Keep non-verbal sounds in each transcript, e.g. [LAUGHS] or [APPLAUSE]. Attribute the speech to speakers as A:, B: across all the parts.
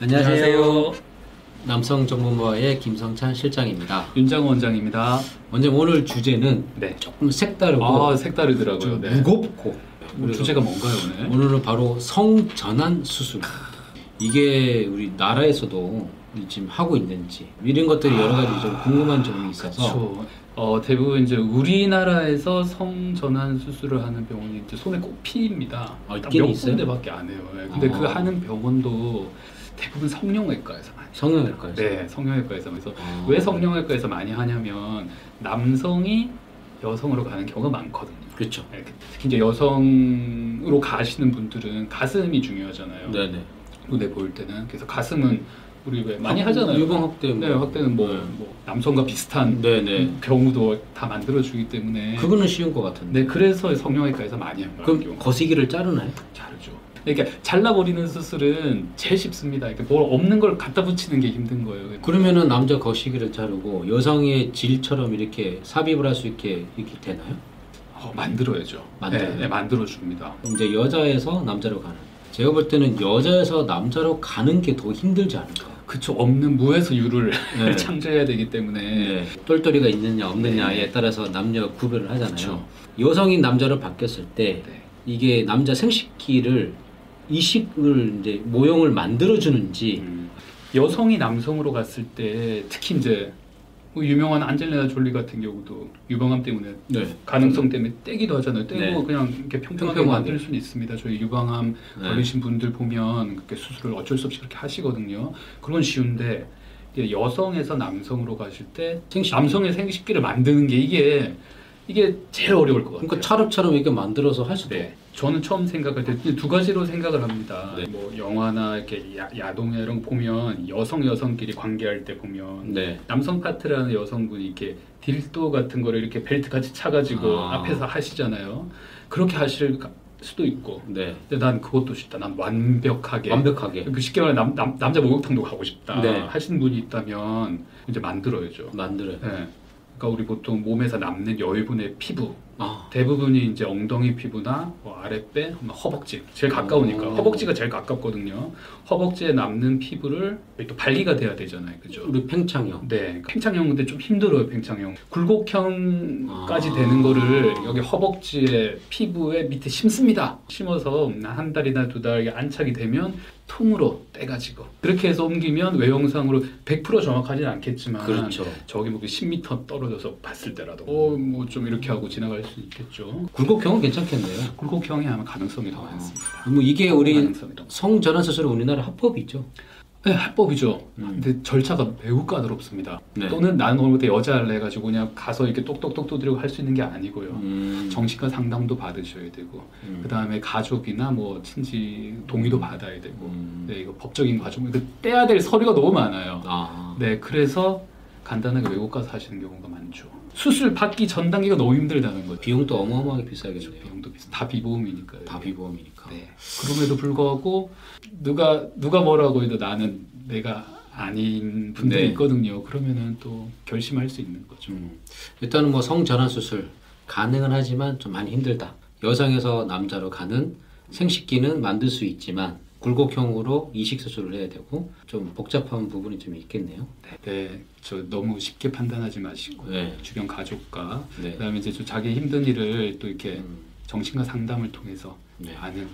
A: 안녕하세요. 남성정보모아의 김성찬 실장입니다.
B: 윤장 원장입니다.
A: 원장님 오늘 주제는
B: 네.
A: 조금 색다르고
B: 아 색다르더라고요.
A: 좀
B: 네.
A: 무겁고
B: 오늘 주제가 뭔가요 오늘?
A: 오늘은 바로 성전환 수술. 이게 우리 나라에서도 지금 하고 있는지 이런 것들이 여러 가지 좀 궁금한 점이 있어서
B: 그렇죠. 어, 대부분 이제 우리나라에서 성전환 수술을 하는 병원이 이제 손에 꼽힙니다.
A: 아,
B: 딱
A: 있긴
B: 몇
A: 있어요?
B: 군데밖에 안 해요. 예, 근데
A: 아.
B: 그 하는 병원도 대부분 성형외과에서 많이.
A: 성형외과에서?
B: 네, 성형외과에서. 그래서
A: 아,
B: 왜 성형외과에서 많이 하냐면 남성이 여성으로 가는 경우가 많거든요.
A: 그렇죠.
B: 예, 특히 이제 여성으로 가시는 분들은 가슴이 중요하잖아요.
A: 네네.
B: 무대 보일 때는 그래서 가슴은 우리 왜 많이 하잖아요.
A: 그 유방 확대.
B: 네, 확대는 뭐,
A: 네.
B: 뭐 남성과 비슷한
A: 네네.
B: 경우도 다 만들어 주기 때문에
A: 그거는 쉬운 것 같은데.
B: 네 그래서 성형외과에서 많이 하는
A: 그럼
B: 경우
A: 거시기를 자르나요?
B: 자르죠. 그러니까 잘라버리는 수술은 제일 쉽습니다. 이렇게 뭘 없는 걸 갖다 붙이는 게 힘든 거예요.
A: 그러면은 남자 거시기를 자르고 여성의 질처럼 이렇게 삽입을 할 수 있게 이렇게 되나요?
B: 어, 만들어야죠.
A: 만들어요?
B: 네, 네, 만들어 줍니다.
A: 이제 여자에서 남자로 가는. 제가 볼 때는 여자에서 남자로 가는 게 더 힘들지
B: [LAUGHS]
A: 않을까.
B: 그쵸 없는 무에서 유를 [LAUGHS]
A: 네.
B: 창조해야 되기 때문에
A: 네. 똘똘이가 있느냐 없느냐에
B: 네.
A: 따라서 남녀 구별을 하잖아요.
B: 그쵸.
A: 여성이 남자로 바뀌었을 때
B: 네.
A: 이게 남자 생식기를 이식을 이제 모형을 만들어 주는지
B: 음. 여성이 남성으로 갔을 때 특히 이제 뭐 유명한 안젤리나 졸리 같은 경우도 유방암 때문에
A: 네.
B: 가능성 때문에 떼기도 하잖아요. 떼고
A: 네.
B: 그냥 이렇게 평평하게
A: 평평하게.
B: 만들 수는 있습니다. 저희 유방암
A: 네.
B: 걸리신 분들 보면 그렇게 수술을 어쩔 수 없이 그렇게 하시거든요. 그건 쉬운데 이제 여성에서 남성으로 가실 때
A: 생식기.
B: 남성의 생식기를 만드는 게 이게 이게 제일 어려울 것 같아요.
A: 그러니까 차렵차렵 이렇게 만들어서 할 수도
B: 네. 저는 처음 생각할 때 두 가지로 생각을 합니다.
A: 네.
B: 뭐 영화나 이렇게 야, 야동이나 이런 거 보면 여성 여성끼리 관계할 때 보면
A: 네.
B: 남성 파트라는 여성분이 이렇게 딜도 같은 거를 이렇게 벨트 같이 차가지고
A: 아.
B: 앞에서 하시잖아요. 그렇게 하실 가- 수도 있고.
A: 네.
B: 근데 난 그것도 싫다. 난 완벽하게.
A: 완벽하게
B: 그 쉽게 말해 남, 남, 남자 목욕탕도 가고 싶다.
A: 네. 음.
B: 하신 분이 있다면 이제 만들어야죠.
A: 만들어요.
B: 네. 그러니까 우리 보통 몸에서 남는 여유분의 피부
A: 아,
B: 대부분이 이제 엉덩이 피부나 뭐 아랫배, 뭐 허벅지 제일 가까우니까
A: 오.
B: 허벅지가 제일 가깝거든요. 허벅지에 남는 피부를 또 발리가 돼야 되잖아요, 그죠?
A: 우리 팽창형.
B: 네, 팽창형 근데 좀 힘들어요, 팽창형. 굴곡형까지
A: 아.
B: 되는 거를 여기 허벅지에 피부에 밑에 심습니다. 심어서 한 달이나 두 달이 안착이 되면 통으로 떼가지고 그렇게 해서 옮기면 외형상으로 100% 정확하진 않겠지만
A: 그렇죠.
B: 저기 뭐 10m 떨어져서 봤을 때라도 어뭐 좀 이렇게 하고 지나갈 수 있겠죠.
A: 굴곡형은 괜찮겠네요.
B: 굴곡형이 아마 가능성이 더
A: 아,
B: 많습니다.
A: 뭐 이게 우리
B: 가능성이 더 많-
A: 성전환 수술은 우리나라 합법이죠.
B: 네, 합법이죠.
A: 음.
B: 근데 절차가 매우 까다롭습니다.
A: 네.
B: 또는 나는 오늘부터 여자를 해가지고 그냥 가서 이렇게 똑똑똑 두드리고 할 수 있는 게 아니고요.
A: 음.
B: 정신과 상담도 받으셔야 되고
A: 음.
B: 그 다음에 가족이나 뭐 친지 동의도 받아야 되고
A: 음.
B: 네, 이거 법적인 과정 그 떼야 될 서류가 너무 많아요.
A: 아.
B: 네, 그래서 간단하게 외국 가서 하시는 경우가 많죠. 수술 받기 전 단계가 너무 힘들다는 거죠.
A: 비용도 어마어마하게
B: 그렇죠.
A: 비싸겠네요.
B: 비용도 비싸. 다 비보험이니까요.
A: 다 비보험이니까.
B: 네. 그럼에도 불구하고 누가 누가 뭐라고 해도 나는 내가 아닌 분들이
A: 네.
B: 있거든요. 그러면은 또 결심할 수 있는 거죠.
A: 음. 일단은 뭐 성전환 수술 가능은 하지만 좀 많이 힘들다. 여성에서 남자로 가는 생식기는 만들 수 있지만 굴곡형으로 이식 수술을 해야 되고 좀 복잡한 부분이 좀 있겠네요.
B: 네, 저 너무 쉽게 판단하지 마시고
A: 네.
B: 주변 가족과
A: 네.
B: 그다음에 이제 좀 자기 힘든 일을 또 이렇게
A: 음.
B: 정신과 상담을 통해서
A: 네.
B: 많은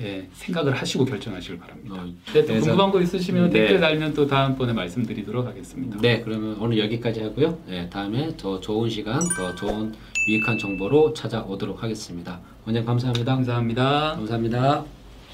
B: 예, 생각을 하시고 결정하시길 바랍니다.
A: 어,
B: 네, 또
A: 그래서-
B: 궁금한 거 있으시면
A: 네.
B: 댓글 달면 또 다음번에 말씀드리도록 하겠습니다.
A: 네, 그러면 오늘 여기까지 하고요. 네, 다음에 더 좋은 시간, 더 좋은 유익한 정보로 찾아오도록 하겠습니다. 원장 감사합니다.
B: 감사합니다.
A: 감사합니다.